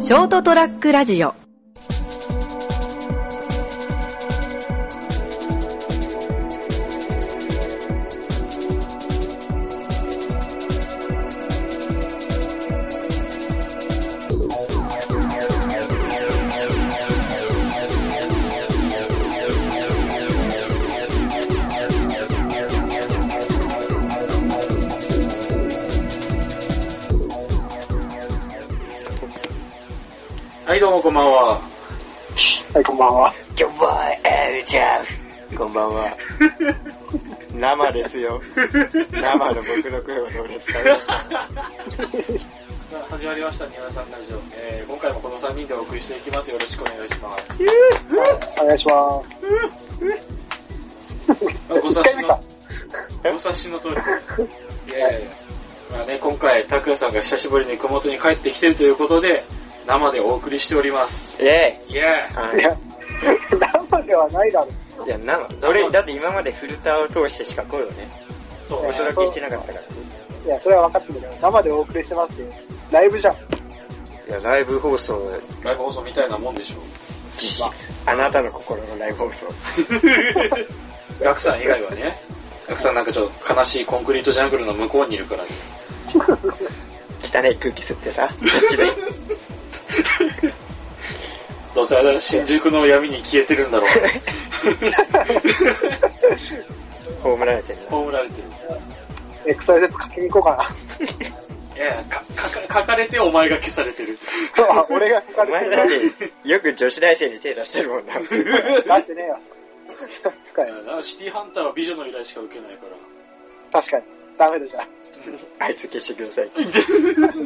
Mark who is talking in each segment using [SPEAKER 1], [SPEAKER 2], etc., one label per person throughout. [SPEAKER 1] ショートトラックラジオ
[SPEAKER 2] はい、どうもこんばんは。
[SPEAKER 3] はい、こんばんは。
[SPEAKER 4] 今日は、えー、じゃあ、こんばん は。生ですよ。生の僕の声はどうですか、
[SPEAKER 2] さあ始まりました、宮田さんラジオ、えー。今回もこの3人でお送りしていきます。よろしくお願いします。
[SPEAKER 3] お願いしま
[SPEAKER 2] あご察しの
[SPEAKER 3] 一回、
[SPEAKER 2] ご察しの通り。いやいやいや。まあね、今回、拓也さんが久しぶりに熊本に帰ってきてるということで、生でお送りしております。
[SPEAKER 4] イ
[SPEAKER 2] イ
[SPEAKER 4] ェ
[SPEAKER 2] ェーイ
[SPEAKER 3] す。い
[SPEAKER 4] は
[SPEAKER 3] や、生ではないだろう。
[SPEAKER 4] い。いや、生。俺、だって今までフィルターを通してしか声をね、
[SPEAKER 2] そう
[SPEAKER 4] お
[SPEAKER 2] ね。
[SPEAKER 4] 届けしてなかったから。
[SPEAKER 3] いや、それは分かってるけど、生でお送りしてますよ。ライブじゃん。
[SPEAKER 4] いや、ライブ放送、
[SPEAKER 2] ライブ放送みたいなもんでしょ
[SPEAKER 4] 実質。あなたの心のライブ放送。
[SPEAKER 2] う。ガクさん以外はね。ガクさんなんかちょっと悲しいコンクリートジャングルの向こうにいるからね。
[SPEAKER 4] 汚い空気吸って さ、そっちで。
[SPEAKER 2] どうせあれだ新宿の闇に消えてるん だろうね。
[SPEAKER 4] 葬られてるな。
[SPEAKER 2] 葬られてる。
[SPEAKER 3] エクサイズ書きに行こうか
[SPEAKER 2] いやいや、か、 かか、書かれてお前が消されてる。
[SPEAKER 3] な。 俺が書か
[SPEAKER 4] お前
[SPEAKER 3] れ
[SPEAKER 4] だって
[SPEAKER 3] る。
[SPEAKER 4] て、よく女子大生に手出してるもんな。
[SPEAKER 3] 出してねえよ。確かに。
[SPEAKER 2] だからシティハンターは美女の依頼しか受けないから。
[SPEAKER 3] 確かに。ダメだじゃん。
[SPEAKER 4] あいつ消してください。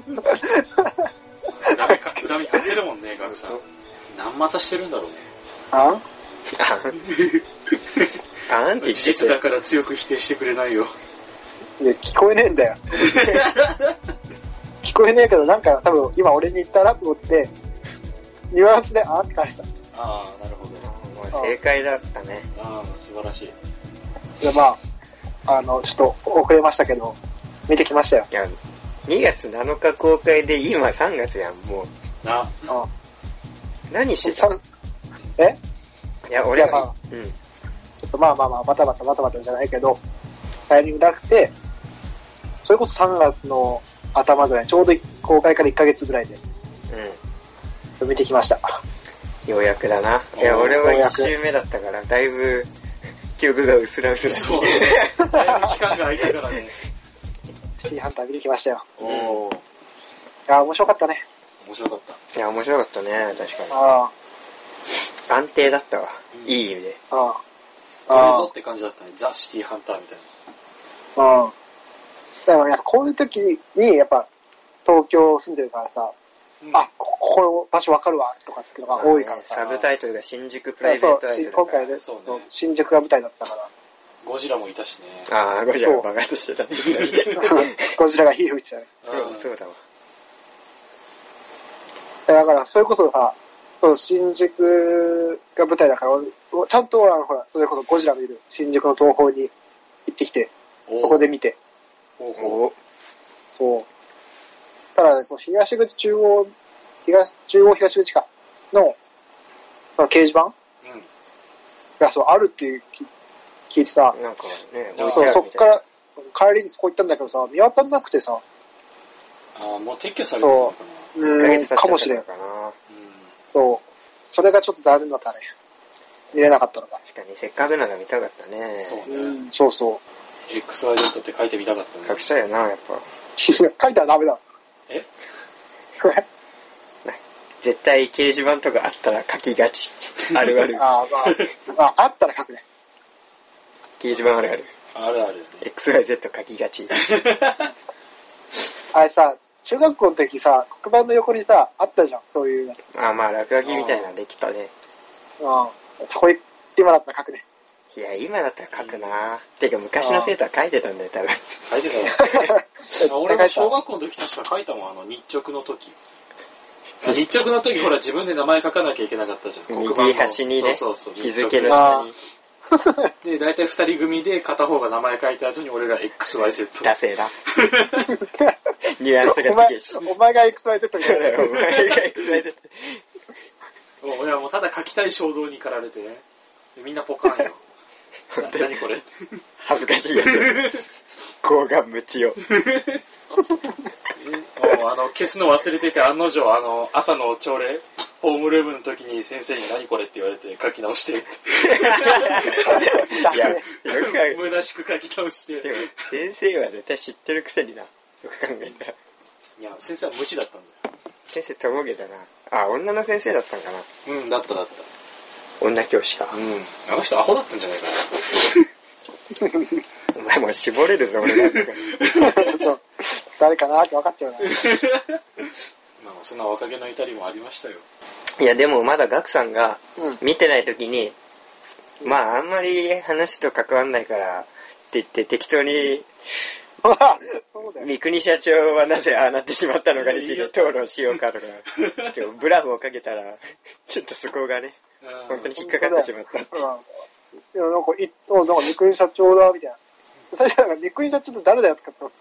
[SPEAKER 2] 恨みか、恨み買ってるもんね、ガクさん。何またしてるんだろうね。
[SPEAKER 3] あん
[SPEAKER 4] あん。あん
[SPEAKER 2] 事
[SPEAKER 4] って言って
[SPEAKER 2] 実だ
[SPEAKER 4] て、
[SPEAKER 2] から強く否定してくれないよ。
[SPEAKER 3] いや、聞こえねえん だよ。聞こえねえけど、なんか多分今俺に言ったラップって、ニュアンスであんって返した。い
[SPEAKER 2] ああ、なるほど。
[SPEAKER 4] もう正解だったね。
[SPEAKER 2] ああ、素晴らしい。
[SPEAKER 3] や、まあ、あの、ちょっと遅れましたけど、見てきましたよ。
[SPEAKER 4] いや、2月7日公開で今3月やん、もう。
[SPEAKER 2] な、
[SPEAKER 3] うん。
[SPEAKER 4] 何してた
[SPEAKER 3] さんえ
[SPEAKER 4] いや、俺
[SPEAKER 3] いやまあ
[SPEAKER 4] は、うん。
[SPEAKER 3] ちょっとまあまあまあ、バタバタバタバタじゃないけど、タイミングなくて、それこそ3月の頭ぐらい、ちょうど公開から1ヶ月ぐらいで
[SPEAKER 4] う
[SPEAKER 3] 見てきました。
[SPEAKER 4] ん。ようやくだな。いや、
[SPEAKER 2] おー
[SPEAKER 4] 俺は
[SPEAKER 3] ようや
[SPEAKER 4] 1
[SPEAKER 3] く
[SPEAKER 4] 周目だったから、だいぶ、 記憶が薄ら薄ら。
[SPEAKER 2] そうね。だいぶ期間が空いたからね。
[SPEAKER 3] シティハンター見てきましたよ。
[SPEAKER 2] おお、
[SPEAKER 3] いやー、面白かったね。
[SPEAKER 2] 面白かった。
[SPEAKER 4] いや、面白かったね、確か
[SPEAKER 3] あ
[SPEAKER 4] に。安定だったわ。
[SPEAKER 2] うん
[SPEAKER 4] いい意味で。
[SPEAKER 3] あ、ああ、
[SPEAKER 2] これ
[SPEAKER 3] あ
[SPEAKER 2] ぞって感じだったね。ザ・シティハンターみたい
[SPEAKER 3] あ、うん。だからやっぱこういう時に、やっぱ、東京住んでるからさ、
[SPEAKER 2] な。
[SPEAKER 3] あ、ここの場所わかるわ、とかっていうのが多いから
[SPEAKER 4] サ
[SPEAKER 3] さ。
[SPEAKER 4] ブタイトルが新宿プ
[SPEAKER 3] そ
[SPEAKER 4] ラ
[SPEAKER 3] う
[SPEAKER 4] イベートアイズ
[SPEAKER 3] し
[SPEAKER 4] だ
[SPEAKER 3] 今
[SPEAKER 4] から
[SPEAKER 3] 回ね、
[SPEAKER 2] そうね
[SPEAKER 3] そう新宿が舞台だった から。
[SPEAKER 2] ゴジラもいたしね。
[SPEAKER 4] ああ、ゴジラ
[SPEAKER 3] そ
[SPEAKER 4] が
[SPEAKER 3] う
[SPEAKER 4] 爆発してた。
[SPEAKER 3] ゴジラが火吹いちゃう。
[SPEAKER 4] そう、
[SPEAKER 2] ん
[SPEAKER 4] そうだわ。
[SPEAKER 3] だから、それこそさ、そう、新宿が舞台だから、おちゃんと、あの、ほら、それこそゴジラのいる新宿の東宝に行ってきて、
[SPEAKER 2] おー
[SPEAKER 3] そこで見て、
[SPEAKER 2] おーおー
[SPEAKER 4] お
[SPEAKER 3] そう。ただ、その東口中央、東、中央東口か、の、その掲示板
[SPEAKER 2] うん。
[SPEAKER 3] が、そう、あるっていうき聞いてさ、
[SPEAKER 4] なんかね、
[SPEAKER 2] そう
[SPEAKER 4] 置い
[SPEAKER 3] そ
[SPEAKER 4] て
[SPEAKER 3] う、
[SPEAKER 4] あ
[SPEAKER 3] そ
[SPEAKER 4] る
[SPEAKER 3] っ
[SPEAKER 4] み
[SPEAKER 3] か
[SPEAKER 4] たいな。
[SPEAKER 3] ら、帰りにそこ行ったんだけどさ、見当たんなくてさ、
[SPEAKER 2] ああ、もう撤去されてたのかな。
[SPEAKER 3] う
[SPEAKER 4] 1ヶ
[SPEAKER 3] ーん、
[SPEAKER 4] 月経っちゃった
[SPEAKER 3] かもしれん。
[SPEAKER 4] かな。
[SPEAKER 2] う
[SPEAKER 3] そう。それがちょっと残念だったね。見れなかったのが。
[SPEAKER 4] 確かに、せっかくなら見たかったね。
[SPEAKER 2] そう
[SPEAKER 3] う
[SPEAKER 2] ね。
[SPEAKER 3] ん、そうそう。
[SPEAKER 2] XYZ って書いてみたかったね。
[SPEAKER 4] 隠したいよな、やっぱ。
[SPEAKER 3] 書いたらダメだ。
[SPEAKER 2] え
[SPEAKER 4] 絶対掲示板とかあったら書きが ち。あるある。
[SPEAKER 3] ああ、ま あ、まあ、あったら書くね。
[SPEAKER 4] 掲示板あるある。
[SPEAKER 2] あるあるね。
[SPEAKER 4] XYZ 書きがち。
[SPEAKER 3] あれさ、中学校の時さ、黒板の横にさ、あったじゃん、そういうの。
[SPEAKER 4] あ、まあ、落書きみたいなのできたね。
[SPEAKER 3] うん。そこに、今だったら書くね。
[SPEAKER 4] いや、今だったら書くなてか、昔の生徒は書いてたんだよ、多分。
[SPEAKER 2] 書いてたよ。 俺も小
[SPEAKER 3] 学
[SPEAKER 2] 学校の時確か書いたもん、あの、日直の時。日直の時ほら自分で名前書かなきゃいけなかったじゃん。黒板の
[SPEAKER 4] 右端にね
[SPEAKER 2] そうそうそう。
[SPEAKER 4] 日付の
[SPEAKER 2] 日直
[SPEAKER 4] 下
[SPEAKER 2] で、
[SPEAKER 4] に。
[SPEAKER 2] 大体二人組で片方が名前書いた後に俺が XYZ。
[SPEAKER 4] ダセーな。ニュアンスが違えし。
[SPEAKER 3] お前、お前が XYZ み
[SPEAKER 4] そ
[SPEAKER 3] た
[SPEAKER 4] うだ
[SPEAKER 3] い
[SPEAKER 4] よ、
[SPEAKER 3] な
[SPEAKER 4] お。前が XYZ。
[SPEAKER 2] もう俺はもうただ書きたい衝動に駆られてね。でみんなポカーン よ。な何これ
[SPEAKER 4] 恥ずかしいやつ。 高顔無知を。
[SPEAKER 2] もうあの消すの忘れてて案の定あの朝の朝礼ホームルームの時に先生に「何これ?」って言われて書き直 してって
[SPEAKER 4] いや、よく考え
[SPEAKER 2] 無駄しく書き直して
[SPEAKER 4] でも先生は絶対知ってるくせにな。よく考えたら。
[SPEAKER 2] いや先生は無知だったん
[SPEAKER 4] 先生ともげだな。あ、女の先生だったんか
[SPEAKER 2] だ
[SPEAKER 4] な。
[SPEAKER 2] ようんだっただった
[SPEAKER 4] 女教師か。
[SPEAKER 2] うんあの人アホだったんじゃないか
[SPEAKER 4] お前もう絞れるぞ、俺なんか。
[SPEAKER 3] そう誰かなって分かっちゃうな。
[SPEAKER 2] なまあそんな若気の至りもありましたよ
[SPEAKER 4] いや、でもまだガクさんが
[SPEAKER 3] うん
[SPEAKER 4] 見てない時に、まあ、あんまり話と関わんないから、って言って適当に、
[SPEAKER 3] そうだよ。
[SPEAKER 4] 三国社長はなぜああなってしまったのかについて討論しようかとか、ちょっとブラフをかけたら、ちょっとそこがね、
[SPEAKER 2] うん
[SPEAKER 4] 本当に引っかかってしまった。
[SPEAKER 3] うん。いや、なんか、いおなんか、三國社長だ、みたいな。最初なんか、三國社長って誰だよって言っ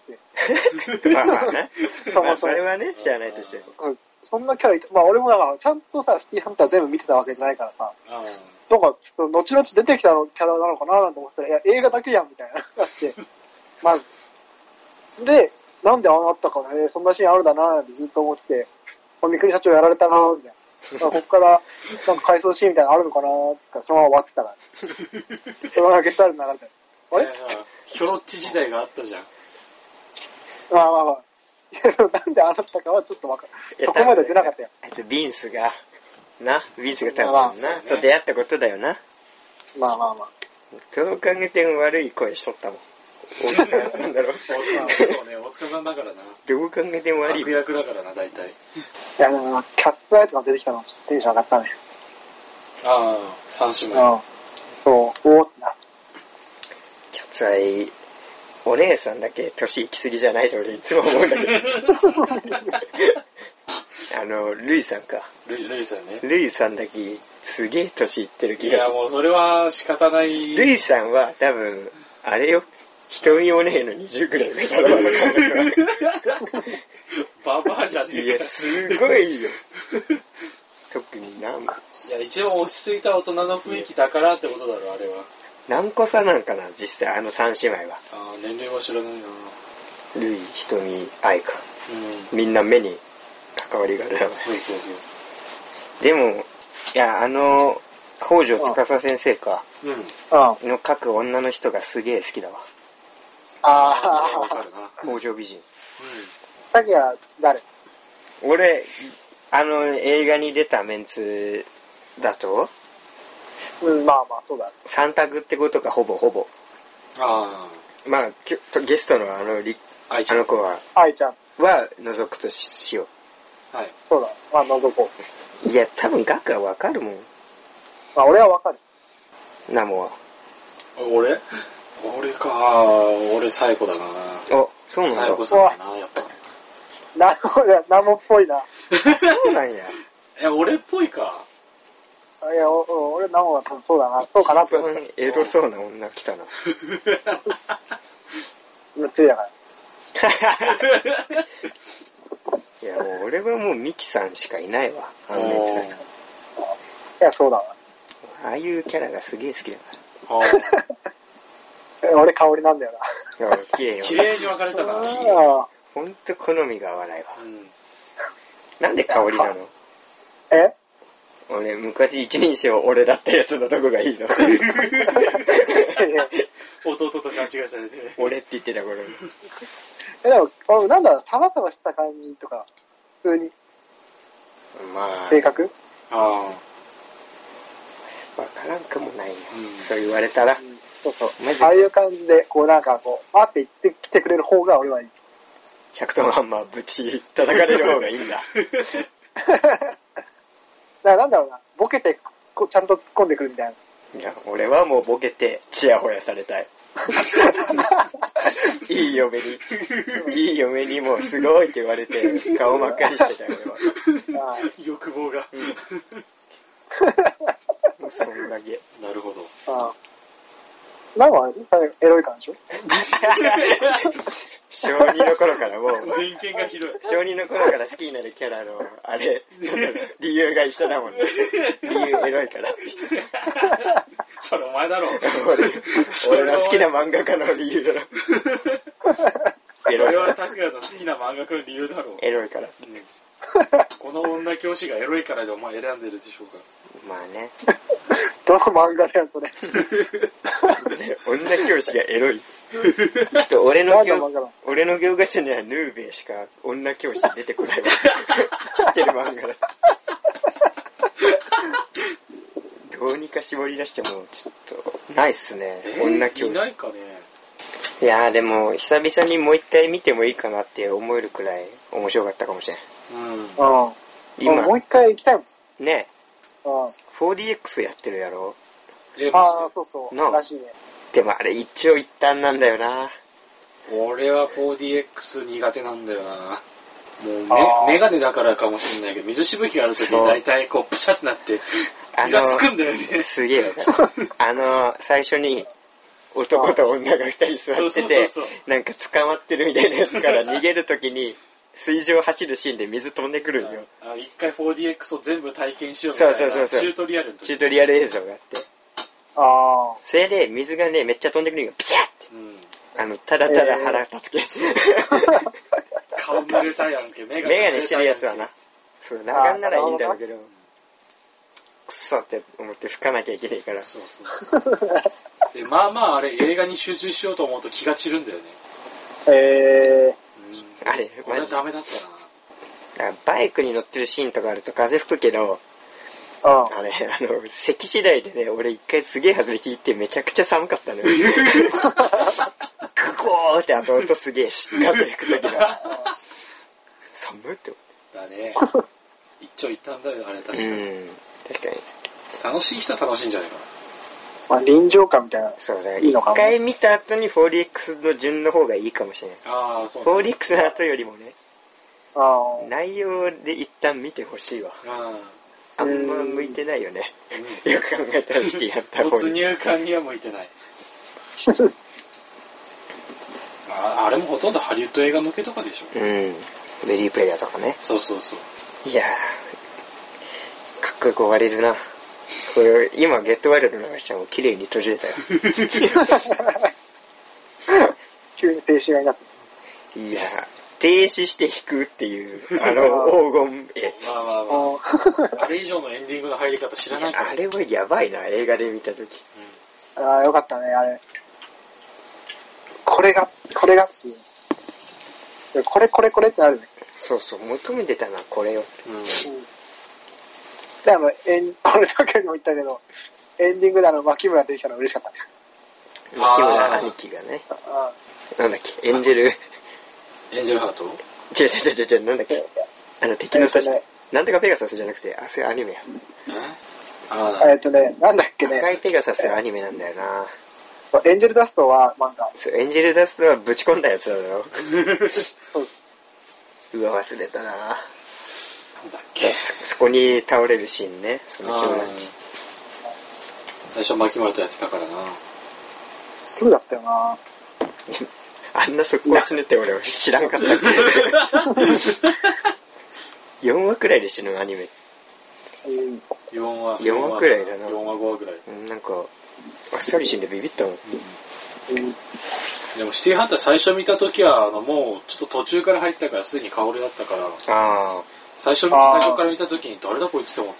[SPEAKER 3] たって。
[SPEAKER 4] まあまあね。
[SPEAKER 3] そ
[SPEAKER 4] ま
[SPEAKER 3] も
[SPEAKER 4] あ、
[SPEAKER 3] そ
[SPEAKER 4] そ
[SPEAKER 3] も
[SPEAKER 4] れ。はね、知らないとして。
[SPEAKER 3] うんそんなキャラいたまあ俺もだから、ちゃんとさ、シティハンター全部見てたわけじゃないからさ、
[SPEAKER 2] ああ
[SPEAKER 3] なんか、その後々出てきたのキャラなのかななんて思ってたら、いや、映画だけやん、みたいな。だって、 まず。で、なんでああなったかね、えーそんなシーンあるだな、ってずっと思ってて、これ三國社長やられたな、みたいな。まあこっから、なんか回想シーンみたいなのあるのかな、ってそのまま終わってたら。 そのままゲストある流れて。あれ
[SPEAKER 2] いやさひょろっち時代があったじゃん
[SPEAKER 3] まあまあま あ。いやでもなんでああなったかはちょっとわか
[SPEAKER 4] い
[SPEAKER 3] る。
[SPEAKER 4] や
[SPEAKER 3] そこまで出なかったよ。。
[SPEAKER 4] 多分ねあいつ、ビンスが、な、ビンスが
[SPEAKER 3] まあ
[SPEAKER 4] 多
[SPEAKER 3] まあ
[SPEAKER 4] 分
[SPEAKER 2] そう
[SPEAKER 4] な、
[SPEAKER 2] ね
[SPEAKER 4] と出会ったことだよな。
[SPEAKER 3] まあまあまあ。
[SPEAKER 4] どう考えても悪い声しとったもん。大塚さんだろ。
[SPEAKER 2] 大塚さんそうね大塚さんだからな
[SPEAKER 4] どう考えても悪い
[SPEAKER 2] 悪。役だからな大体
[SPEAKER 3] いや、でも、キャッツアイとか出てきたの、ちょっとテンション上がったね。
[SPEAKER 2] ああ三姉
[SPEAKER 3] うん
[SPEAKER 2] 妹。
[SPEAKER 3] そう、おおってな。
[SPEAKER 4] キャッツアイ、お姉さんだけ年行き過ぎじゃないと俺いつも思うんだけど。あの、ルイさんか。
[SPEAKER 2] ルイルイさんね
[SPEAKER 4] ルイさんだけすげえ年いってる
[SPEAKER 2] い
[SPEAKER 4] 気が
[SPEAKER 2] や
[SPEAKER 4] す
[SPEAKER 2] もうそれは仕方ない
[SPEAKER 4] る。ルイさんは多分、あれよ。瞳お姉の20ぐらい上だろうな感覚は
[SPEAKER 2] ババアじゃね
[SPEAKER 4] い
[SPEAKER 2] え
[SPEAKER 4] や、
[SPEAKER 2] か
[SPEAKER 4] すごいよ。特にな、
[SPEAKER 2] いや一応落ち着いた大人の雰囲気だからってことだろあれは
[SPEAKER 4] 何個差なんかな、実際、あの三姉妹は。
[SPEAKER 2] ああ年齢は知らないな
[SPEAKER 4] ルイ、瞳、愛か。
[SPEAKER 2] うん
[SPEAKER 4] みんな目に関わりがあるな。
[SPEAKER 2] そうそう
[SPEAKER 4] でも、いや、あの、北条司先生か、
[SPEAKER 2] そううん
[SPEAKER 3] うん。
[SPEAKER 4] の書く女の人がすげえ好きだわ。
[SPEAKER 3] あ
[SPEAKER 2] わか
[SPEAKER 3] あ、
[SPEAKER 2] るな
[SPEAKER 4] 北条美人。
[SPEAKER 3] さっきは誰
[SPEAKER 4] 俺、あの、映画に出たメンツだと、
[SPEAKER 3] うん、まあまあ、そうだ。
[SPEAKER 4] 三択ってことか、ほぼほぼ。
[SPEAKER 2] あ
[SPEAKER 4] まあ、きょとゲストのあの、り
[SPEAKER 2] あ愛
[SPEAKER 4] あ
[SPEAKER 2] ちゃん
[SPEAKER 4] の子は、
[SPEAKER 3] 愛ちゃん、
[SPEAKER 4] は、除くとししよ
[SPEAKER 2] はい
[SPEAKER 3] そうだ。まあ、覗こう。
[SPEAKER 4] う。いや、多分額はわかるもん。
[SPEAKER 3] まあ、俺はわかる。
[SPEAKER 4] ナモは。
[SPEAKER 2] 俺俺か俺最後だな
[SPEAKER 4] あ、そうなん
[SPEAKER 2] 最後
[SPEAKER 4] だ。
[SPEAKER 2] さんだなやっぱ
[SPEAKER 3] なるほど、ナモっぽいな。
[SPEAKER 4] そうなん や。
[SPEAKER 2] いや俺っぽいか
[SPEAKER 3] いや、おお俺ナモは多分そうだな。そうかなって
[SPEAKER 4] 一
[SPEAKER 3] 思っ
[SPEAKER 4] 番エロそうな女来 たな。
[SPEAKER 3] た。むっちりだから。
[SPEAKER 4] いや、もう俺はもうミキさんしかいないわ。 あのメンツだと。
[SPEAKER 2] あ
[SPEAKER 3] いや、そうだわ。
[SPEAKER 4] ああいうキャラがすげえ好きだか
[SPEAKER 3] え俺、香りなんだよな。
[SPEAKER 4] ら。いや綺麗よ。
[SPEAKER 2] 綺麗に分かれたな
[SPEAKER 3] あ
[SPEAKER 4] ほんと好みが合わないわ
[SPEAKER 2] う。ん
[SPEAKER 4] なんで香りなの
[SPEAKER 3] ーえ
[SPEAKER 4] 俺、昔一人称俺だったやつのとこがいいの。
[SPEAKER 3] いや
[SPEAKER 2] 弟と勘違いされて
[SPEAKER 4] 俺って言ってた頃に。
[SPEAKER 3] え、でもあ、なんだろう、サバサバした感じとか、普通に、
[SPEAKER 4] まあ、
[SPEAKER 3] 性格
[SPEAKER 2] あ
[SPEAKER 4] わからんくもないよ
[SPEAKER 2] うん。
[SPEAKER 4] そう言われたら
[SPEAKER 3] う。んそうそう
[SPEAKER 4] マジ。で
[SPEAKER 3] ああいう感じで、こうなんかこう、パーって言ってきてくれる方が俺はいい。
[SPEAKER 4] 100トンハンマーぶち叩かれる方がいいんだ。
[SPEAKER 3] だからなんだろうな、ボケて、こうちゃんと突っ込んでくるみたいな。
[SPEAKER 4] いや、俺はもうボケて、チヤホヤされ たい。いい嫁に、いい嫁にもうすごいって言われて、顔真っ赤にしてたよ、俺は。
[SPEAKER 3] あー
[SPEAKER 2] あ欲望が
[SPEAKER 4] もうそんだけ。
[SPEAKER 2] なるほど
[SPEAKER 3] あなんかあれでしょ最後エロい感じ でし
[SPEAKER 4] 小2の頃からもう、
[SPEAKER 2] 偏見がひどい。
[SPEAKER 4] 小2の頃から好きになるキャラの、あれ、理由が一緒だもんね。理由エロいから。
[SPEAKER 2] それお前だろ。
[SPEAKER 4] 俺俺の好きな漫画家の理由だろ。
[SPEAKER 2] そ
[SPEAKER 4] エロい
[SPEAKER 2] れ
[SPEAKER 4] か
[SPEAKER 2] は
[SPEAKER 4] ら。
[SPEAKER 2] 拓也の好きな漫画家の理由だろ。
[SPEAKER 4] エロいから。
[SPEAKER 2] この女教師がエロいからでお前選んでるでしょうか。
[SPEAKER 4] まあね。
[SPEAKER 3] ょ。どの漫画だよ、それ。
[SPEAKER 4] ね女教師がエ ロい。ちょっと俺の
[SPEAKER 3] なんだ漫画
[SPEAKER 4] 教
[SPEAKER 3] だ、
[SPEAKER 4] 俺の教科書にはヌーベイしか女教師出てこ ないわ。知ってる漫画だ。どうにか絞り出しても、ちょっと、ないっすね。
[SPEAKER 2] えー
[SPEAKER 4] 女教
[SPEAKER 2] い
[SPEAKER 4] 師
[SPEAKER 2] な。いかね。
[SPEAKER 4] いやーでも、久々にもう一回見てもいいかなって思えるくらい面白かったかもしれん。
[SPEAKER 2] うん。
[SPEAKER 3] うん。もう
[SPEAKER 4] 今、
[SPEAKER 3] 一回行きたいもん。
[SPEAKER 4] ね、
[SPEAKER 3] うん。
[SPEAKER 4] 4DX やってるやろ。
[SPEAKER 2] え、
[SPEAKER 3] ああ、そうそう。
[SPEAKER 4] なあ
[SPEAKER 3] らしいね。
[SPEAKER 4] でもあれ一長一短なんだよな。
[SPEAKER 2] 俺は 4DX 苦手なんだよな。もう
[SPEAKER 3] あー
[SPEAKER 2] メメガネだからかもしれないけど、水しぶきがあるとき
[SPEAKER 4] そう
[SPEAKER 2] 大体こう、プシャってなって、
[SPEAKER 4] あ
[SPEAKER 2] イラ
[SPEAKER 4] の
[SPEAKER 2] つ、くんだよね。
[SPEAKER 4] すげえわかる。あの、最初に、男と女が二人座ってて
[SPEAKER 2] そうそうそう、
[SPEAKER 4] なんか捕まってるみたいなやつから逃げると きに、水上走るシーンで水飛んでくるんよ。
[SPEAKER 2] あ一回 4DX を全部体験しようみたいな
[SPEAKER 4] そうそうそうそう
[SPEAKER 2] チュートリアルの
[SPEAKER 4] チュ
[SPEAKER 2] 時
[SPEAKER 4] ートリアル映像があって。
[SPEAKER 3] ああ。
[SPEAKER 4] それで水がね、めっちゃ飛んでくるんよ。ピチャって。
[SPEAKER 2] うん、
[SPEAKER 4] あの、ただただ腹立つけ。
[SPEAKER 2] 顔濡れたやんけメ
[SPEAKER 4] メガネしてるやつはな。そう、なんならいいんだろうけど、くそって思って吹かなきゃいけないから。
[SPEAKER 2] そうそうでまあまああれ映画に集中しようと思うと気が散るんだよね、
[SPEAKER 3] え
[SPEAKER 2] うん、
[SPEAKER 4] あれ、
[SPEAKER 2] 俺
[SPEAKER 4] マ
[SPEAKER 2] は
[SPEAKER 4] ジ
[SPEAKER 2] ダメだった
[SPEAKER 4] あバイクに乗ってるシーンとかあると風吹くけど、
[SPEAKER 3] ー、うん。
[SPEAKER 4] あれ、あの、席次第でね、俺一回すげえ外れ聞いてめちゃくちゃ寒かったのよ。グゴーってあの音すげえし、風吹く時が。寒いって思
[SPEAKER 2] なだ ね一長一短だよあれ確か
[SPEAKER 4] って。
[SPEAKER 2] に、
[SPEAKER 4] うん。確かに。
[SPEAKER 2] 楽しい人は楽しいんじゃないか
[SPEAKER 3] まあ、臨場感みたいな。
[SPEAKER 4] そうだね。
[SPEAKER 3] いい
[SPEAKER 4] 一
[SPEAKER 3] のかも
[SPEAKER 4] 回見た後に 4DX の順の方がいいかもしれない。
[SPEAKER 2] なああそうなんだ
[SPEAKER 4] 4DX の後よりもね、
[SPEAKER 3] あ
[SPEAKER 4] 内容で一旦見てほしいわ。
[SPEAKER 2] あ
[SPEAKER 4] あんま向いてないよね。
[SPEAKER 2] あ
[SPEAKER 4] よく考えたら好きやった
[SPEAKER 2] うん
[SPEAKER 4] 方
[SPEAKER 2] 没
[SPEAKER 4] に。
[SPEAKER 2] 入感には向いてない ああれもほとんどハリウッド映画向けとかでしょ
[SPEAKER 4] うん。レディープレイヤーとかね。
[SPEAKER 2] そうそうそう
[SPEAKER 4] いやー、かっこよく終われるな。これ、今、ゲットワイルドの話はもう綺麗に閉じれたよ。
[SPEAKER 3] 急に静止画になって。
[SPEAKER 4] いやー、停止して弾くっていう、あの、黄金絵。
[SPEAKER 2] まあまあまあ
[SPEAKER 3] あ
[SPEAKER 2] あれ以上のエンディングの入り方知らないから
[SPEAKER 4] あれはやばいな、映画で見たとき。
[SPEAKER 3] あー、よかったね、あれ。これが、これがっていう。でこれ、これ、これってなるね。
[SPEAKER 4] そうそう、求めてたな、これよ。
[SPEAKER 2] うん、うん
[SPEAKER 3] うん。で、あの、エン、 あれだけにも言ったけど、エンディングであの、牧村出てきたの嬉しかったね。
[SPEAKER 4] 木
[SPEAKER 2] あー
[SPEAKER 4] 村兄貴がね、
[SPEAKER 3] あ
[SPEAKER 4] なんだっけ、エンジェル、違う
[SPEAKER 2] エンジェルハート
[SPEAKER 4] 違う違う違う、なんだっけ、あの、敵のさし
[SPEAKER 3] えっとね、
[SPEAKER 4] なんとかペガサスじゃなくて、あ、それアニメや。
[SPEAKER 2] あ
[SPEAKER 3] ーえっとね、なんだっけね
[SPEAKER 4] 赤、いペガサスがアニメなんだよな。
[SPEAKER 3] エンジェルダストは漫画。
[SPEAKER 4] そう、エンジェルダストはぶち込んだやつだろ。
[SPEAKER 3] そう
[SPEAKER 4] うわ、忘れたな。
[SPEAKER 2] なんだっ
[SPEAKER 4] そ
[SPEAKER 2] け
[SPEAKER 4] そこに倒れるシーンね、その木村
[SPEAKER 2] あー最初牧村とやってた からな
[SPEAKER 3] すぐだったよな
[SPEAKER 4] あんな速攻死ぬって俺は知らんかった。4話くらいで死ぬアニメ。
[SPEAKER 3] うん。
[SPEAKER 2] 4話
[SPEAKER 4] 四話くらいだな
[SPEAKER 2] 4話5話くらい、
[SPEAKER 4] うんなんか、あっさり死んでビビったもん。
[SPEAKER 3] うん。
[SPEAKER 2] でもシティハンター最初見た時はあのもうちょっと途中から入ったからすでに薫だったから
[SPEAKER 4] あ
[SPEAKER 2] 最初
[SPEAKER 3] あ
[SPEAKER 2] 最
[SPEAKER 3] ー
[SPEAKER 2] 初から見た時に誰だこいつって思っ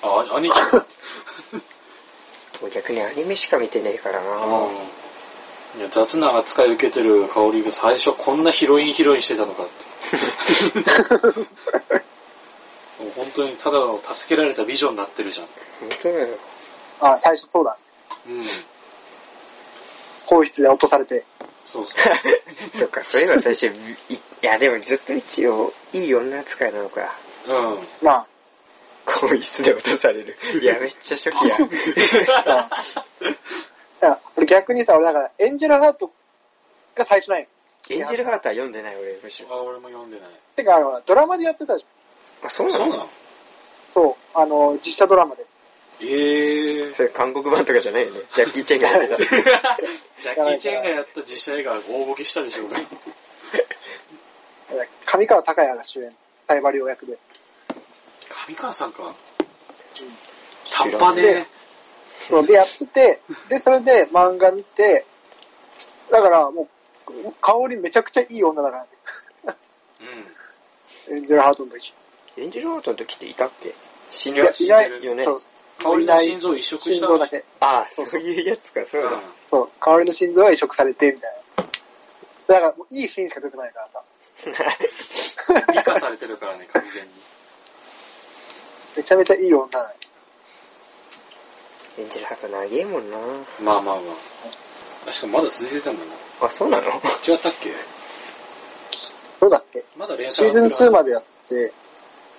[SPEAKER 2] たよああ兄貴だって
[SPEAKER 4] あ、逆にアニメしか見てねえからな。
[SPEAKER 2] うんいや雑な扱い受けてる薫が最初こんなヒロインヒロインしてたのかって もう本当にただの助けられた美女になってるじゃん
[SPEAKER 4] 本当だよ。
[SPEAKER 3] あ、最初そうだ。
[SPEAKER 2] うん
[SPEAKER 3] 皇室で落とされて。
[SPEAKER 2] そうそう
[SPEAKER 4] そっか、それは最初、いいやでもずっと一応、いい女扱いなのか。
[SPEAKER 2] うん。
[SPEAKER 3] まあ、
[SPEAKER 4] 更衣室で落とされる。いや、めっちゃ初期 や。
[SPEAKER 3] だから俺逆にさ、俺だから、エンジェルハートが最初なんよ。
[SPEAKER 4] エンジェルハートは読んでない俺、むしろ。
[SPEAKER 2] あ、俺も読んでない。
[SPEAKER 3] てか、あの、ドラマでやってたじゃん。
[SPEAKER 4] あ、そうなの
[SPEAKER 2] の
[SPEAKER 3] そう、あの、実写ドラマで。
[SPEAKER 2] ええー
[SPEAKER 4] そ。れ韓国版とかじゃないよね。ジャッキー・チェンがやってた。
[SPEAKER 2] ジャッキー・チェンがやった実写映画は大ボケしたでしょうか。
[SPEAKER 3] 上川隆也が主演、タイバリオ役で。
[SPEAKER 2] 上川さんかタッパ
[SPEAKER 3] 知ら
[SPEAKER 2] で
[SPEAKER 3] ん。そうで、やってて、で、それで漫画見て、だからもう、香りめちゃくちゃいい女だからね、
[SPEAKER 2] うん。
[SPEAKER 3] エンジェルハートの時。
[SPEAKER 4] エンジェル・ハートの時っていたっけ死ん
[SPEAKER 2] いや
[SPEAKER 4] だ
[SPEAKER 2] 死んでる
[SPEAKER 4] よね。
[SPEAKER 3] そう、
[SPEAKER 2] 香りの心臓を移植し
[SPEAKER 3] 心
[SPEAKER 2] た。
[SPEAKER 3] 臓だけ。
[SPEAKER 4] ああ、そういうやつか、そううんだ。
[SPEAKER 3] そう、香りの心臓は移植されて、みたいな。だから、もういいシーンしか出てないからさ。
[SPEAKER 2] 美化されてるからね、完全に。
[SPEAKER 3] めちゃめちゃいい女だね。
[SPEAKER 4] エンジェル・ハート長えもんな。
[SPEAKER 2] まあまあまあ。しかもまだ続いてたんだな。
[SPEAKER 4] あ、そうなの
[SPEAKER 2] 違ったっけ
[SPEAKER 3] どうだっけ
[SPEAKER 2] まだ連
[SPEAKER 3] シ
[SPEAKER 2] 載
[SPEAKER 3] ーズン2
[SPEAKER 2] ま
[SPEAKER 3] までやって、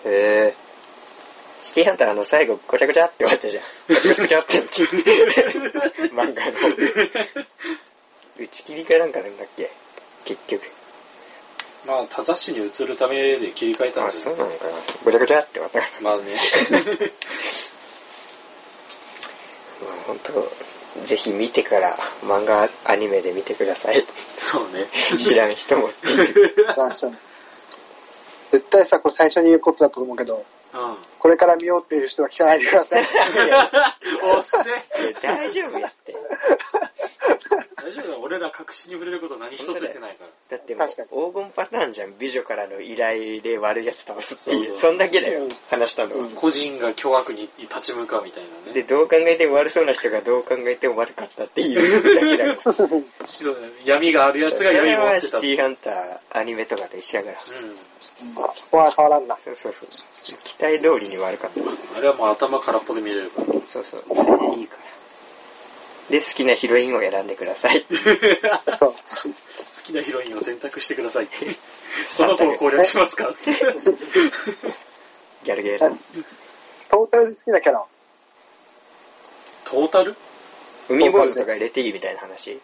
[SPEAKER 4] へえ。シティハンターの最後、ごちゃごちゃって終わったじゃん。ごちゃごちゃってって。漫画の。打ち切りかなんかなんだっけ結局。
[SPEAKER 2] まあ、他雑誌に移るためで切り替えた
[SPEAKER 4] あ、
[SPEAKER 2] んです
[SPEAKER 4] そう
[SPEAKER 2] よ。
[SPEAKER 4] なのかな。ごちゃごちゃって終わったから。
[SPEAKER 2] まあね。
[SPEAKER 4] まあ、本当ぜひ見てから、漫画、アニメで見てください。
[SPEAKER 2] そうね。
[SPEAKER 4] 知らん人もっていう。
[SPEAKER 3] 話 したの。絶対さ、これ最初に言うことだと思うけど、
[SPEAKER 2] うん。
[SPEAKER 3] これから見ようっていう人は聞かないでくだ さい。
[SPEAKER 2] おっせ
[SPEAKER 4] 大丈夫やって。
[SPEAKER 2] 大丈夫だ、俺ら隠しに触れること何一つ言ってないから。
[SPEAKER 4] だってもう
[SPEAKER 3] 確かに
[SPEAKER 4] 黄金パターンじゃん。美女からの依頼で悪いやつ倒すっていう。
[SPEAKER 2] そう
[SPEAKER 4] そ
[SPEAKER 2] そうん
[SPEAKER 4] だけだよ
[SPEAKER 3] うん。
[SPEAKER 4] 話したのは。
[SPEAKER 2] 個人が凶悪に立ち向かうみたいな
[SPEAKER 4] で、
[SPEAKER 2] ね。
[SPEAKER 4] どう考えても悪そうな人がどう考えても悪かったっていうだけだから。
[SPEAKER 2] 闇があるやつが
[SPEAKER 4] そ
[SPEAKER 2] 闇
[SPEAKER 4] れ
[SPEAKER 2] を持
[SPEAKER 4] は
[SPEAKER 2] って
[SPEAKER 4] シ
[SPEAKER 2] た
[SPEAKER 4] テ
[SPEAKER 2] って。
[SPEAKER 4] ィハンターアニメとかと一緒やから。
[SPEAKER 3] そこは変わらんな。
[SPEAKER 4] そうそうそう。期待通りに悪かったわ。
[SPEAKER 2] うん。あれはもう頭空っぽで見れるから。
[SPEAKER 4] そうそう。それでいいから。で、好きなヒロインを選んでください。
[SPEAKER 3] そ
[SPEAKER 2] 好
[SPEAKER 3] う。
[SPEAKER 2] きなヒロインを選択してください。この子を攻略しますか
[SPEAKER 4] ギャルゲーだ。
[SPEAKER 3] トータルで好きなキャラは
[SPEAKER 2] トータル
[SPEAKER 4] 海坊主とか入れていいみたいな話。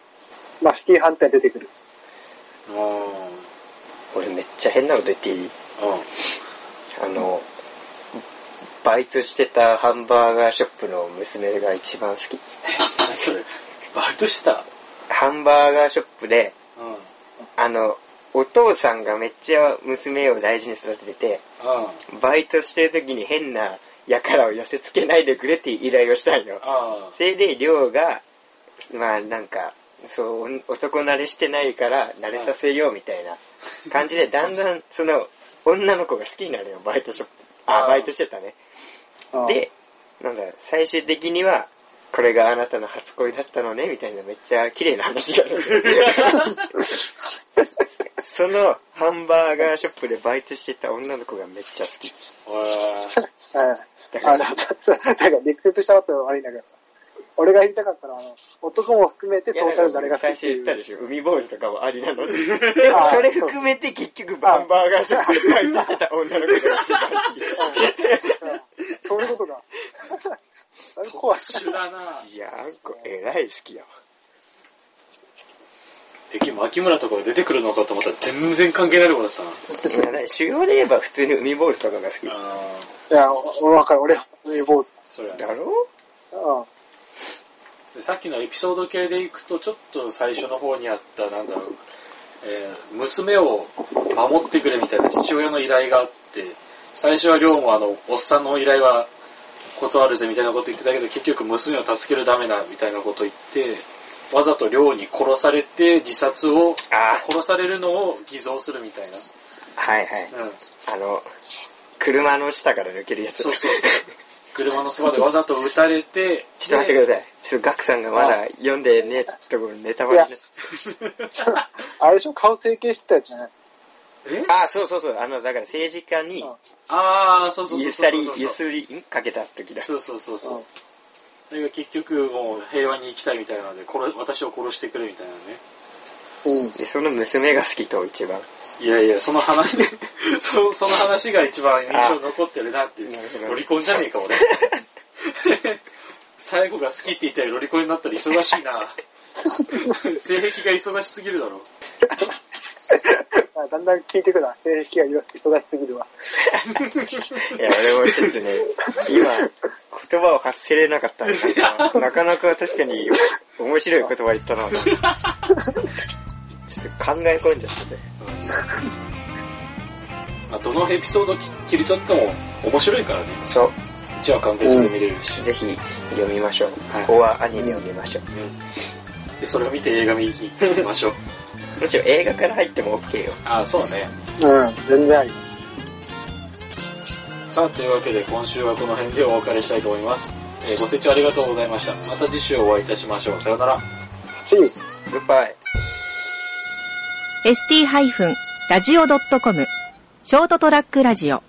[SPEAKER 3] まあ、シティハンターに出てくる。
[SPEAKER 2] あー
[SPEAKER 4] 俺めっちゃ変なこと言っていいあの、バイトしてたハンバーガーショップの娘が一番好き。
[SPEAKER 2] 何それ。バイトしてた
[SPEAKER 4] ハンバーガーショップで、
[SPEAKER 2] うん。うん。
[SPEAKER 4] あの、お父さんがめっちゃ娘を大事に育ててて、
[SPEAKER 2] あ
[SPEAKER 4] バイトしてる時に変な輩を寄せ付けないでくれっていう依頼をしたんよ。
[SPEAKER 2] あ
[SPEAKER 4] それで、りょうが、まあなんか、そう、男慣れしてないから慣れさせようみたいな感じで、だんだん、その、女の子が好きになるよ、バイトショップ。
[SPEAKER 2] あ
[SPEAKER 4] あ、
[SPEAKER 2] ー
[SPEAKER 4] バイトしてたね。で、なんだ、最終的には、これがあなたの初恋だったのね、みたいなめっちゃ綺麗な 話がある。そのハンバーガーショップでバイトしてた女の子がめっちゃ好き。
[SPEAKER 2] あ。
[SPEAKER 3] うん。あ、だから、なんか、リクルートした後悪いんだけどさ。俺が言いたかったのは、あの男も含めて
[SPEAKER 4] い
[SPEAKER 3] ト
[SPEAKER 4] や
[SPEAKER 3] ータル誰が好き
[SPEAKER 4] 最
[SPEAKER 3] って
[SPEAKER 4] 初言
[SPEAKER 3] い
[SPEAKER 4] った
[SPEAKER 3] う。
[SPEAKER 4] でしょ、海坊主とかはあり なので。でもそれ含めて結局バンバーガーショップでバイトしてた女の子が一番
[SPEAKER 3] うんそういうことか。あれ
[SPEAKER 2] 特
[SPEAKER 3] 怖い。
[SPEAKER 2] 殊だな
[SPEAKER 4] 好き。いや、あんこ偉い好きやわ。
[SPEAKER 2] 敵も秋村とかが出てくるのかと思ったら全然関係ないとこだったな。
[SPEAKER 4] いやだから主要で言えば普通に海坊主とかが好き。
[SPEAKER 2] ああ。
[SPEAKER 3] いや、俺わかる。俺は、俺坊主。
[SPEAKER 2] それはね
[SPEAKER 4] だろ
[SPEAKER 3] うん。
[SPEAKER 2] でさっきのエピソード系でいくとちょっと最初の方にあったなんだろう、えー娘を守ってくれみたいな父親の依頼があって最初は亮もあのおっさんの依頼は断るぜみたいなこと言ってたけど結局娘を助けるためだみたいなこと言ってわざと亮に殺されて自殺を
[SPEAKER 4] あ
[SPEAKER 2] 殺されるのを偽造するみたいな、
[SPEAKER 4] はいはい。
[SPEAKER 2] うん、
[SPEAKER 4] あの、車の下から抜けるやつ。ち
[SPEAKER 2] そ
[SPEAKER 4] ょ
[SPEAKER 2] うそうそう車のそばでわざと撃たれて
[SPEAKER 4] っと待ってください。ちょっとガクさんがまだ読んでねえところネタバレになっ
[SPEAKER 3] あれでしょ顔整形してたやつじゃない。
[SPEAKER 2] え
[SPEAKER 4] あ、そうそうそう。あの、だから政治家に
[SPEAKER 2] ああそうそうそ
[SPEAKER 4] ゆ
[SPEAKER 2] う
[SPEAKER 4] す
[SPEAKER 2] そう
[SPEAKER 4] た
[SPEAKER 2] そう
[SPEAKER 4] り
[SPEAKER 2] そう、
[SPEAKER 4] ゆすりんかけた時だ。
[SPEAKER 2] そうそうそうそううんそれが結局もう平和に生きたいみたいなので殺私を殺してくれみたいなね
[SPEAKER 3] うん。
[SPEAKER 4] で、その娘が好きと一番。
[SPEAKER 2] いやいやその話 そその話が一番印象に残ってるなっていう
[SPEAKER 4] なるほど
[SPEAKER 2] ロリコンじゃねえか俺 最後が好きって言ったらロリコンになったら忙しいな 性癖が忙しすぎるだろ
[SPEAKER 3] あだんだん聞いてくるな。性癖が忙しすぎるわ。
[SPEAKER 4] いや、俺もちょっとね、今、言葉を発せれなかったんですななかなか確かに面白い言葉言ったな。ち ょっと考え込んじゃってて。
[SPEAKER 2] まあ、どのエピソードき切り取っても面白いからね。
[SPEAKER 4] そ
[SPEAKER 2] 一話完結で見れるし
[SPEAKER 4] う、。ぜひ読みましょう。
[SPEAKER 2] はい
[SPEAKER 4] ここはアニメ読みましょう。
[SPEAKER 2] うんでそれを見て映画見に行きましょう。
[SPEAKER 4] むしろ映画から入っても OK よ。
[SPEAKER 2] ああ、そうね。
[SPEAKER 3] うん、全然あり。
[SPEAKER 2] さあ、というわけで今週はこの辺でお別れしたいと思います。えーご清聴ありがとうございました。また次週お会いいたしましょう。さようなら。
[SPEAKER 3] See you.
[SPEAKER 4] グッバイ。
[SPEAKER 1] ST-radio.com ショートトラックラジオ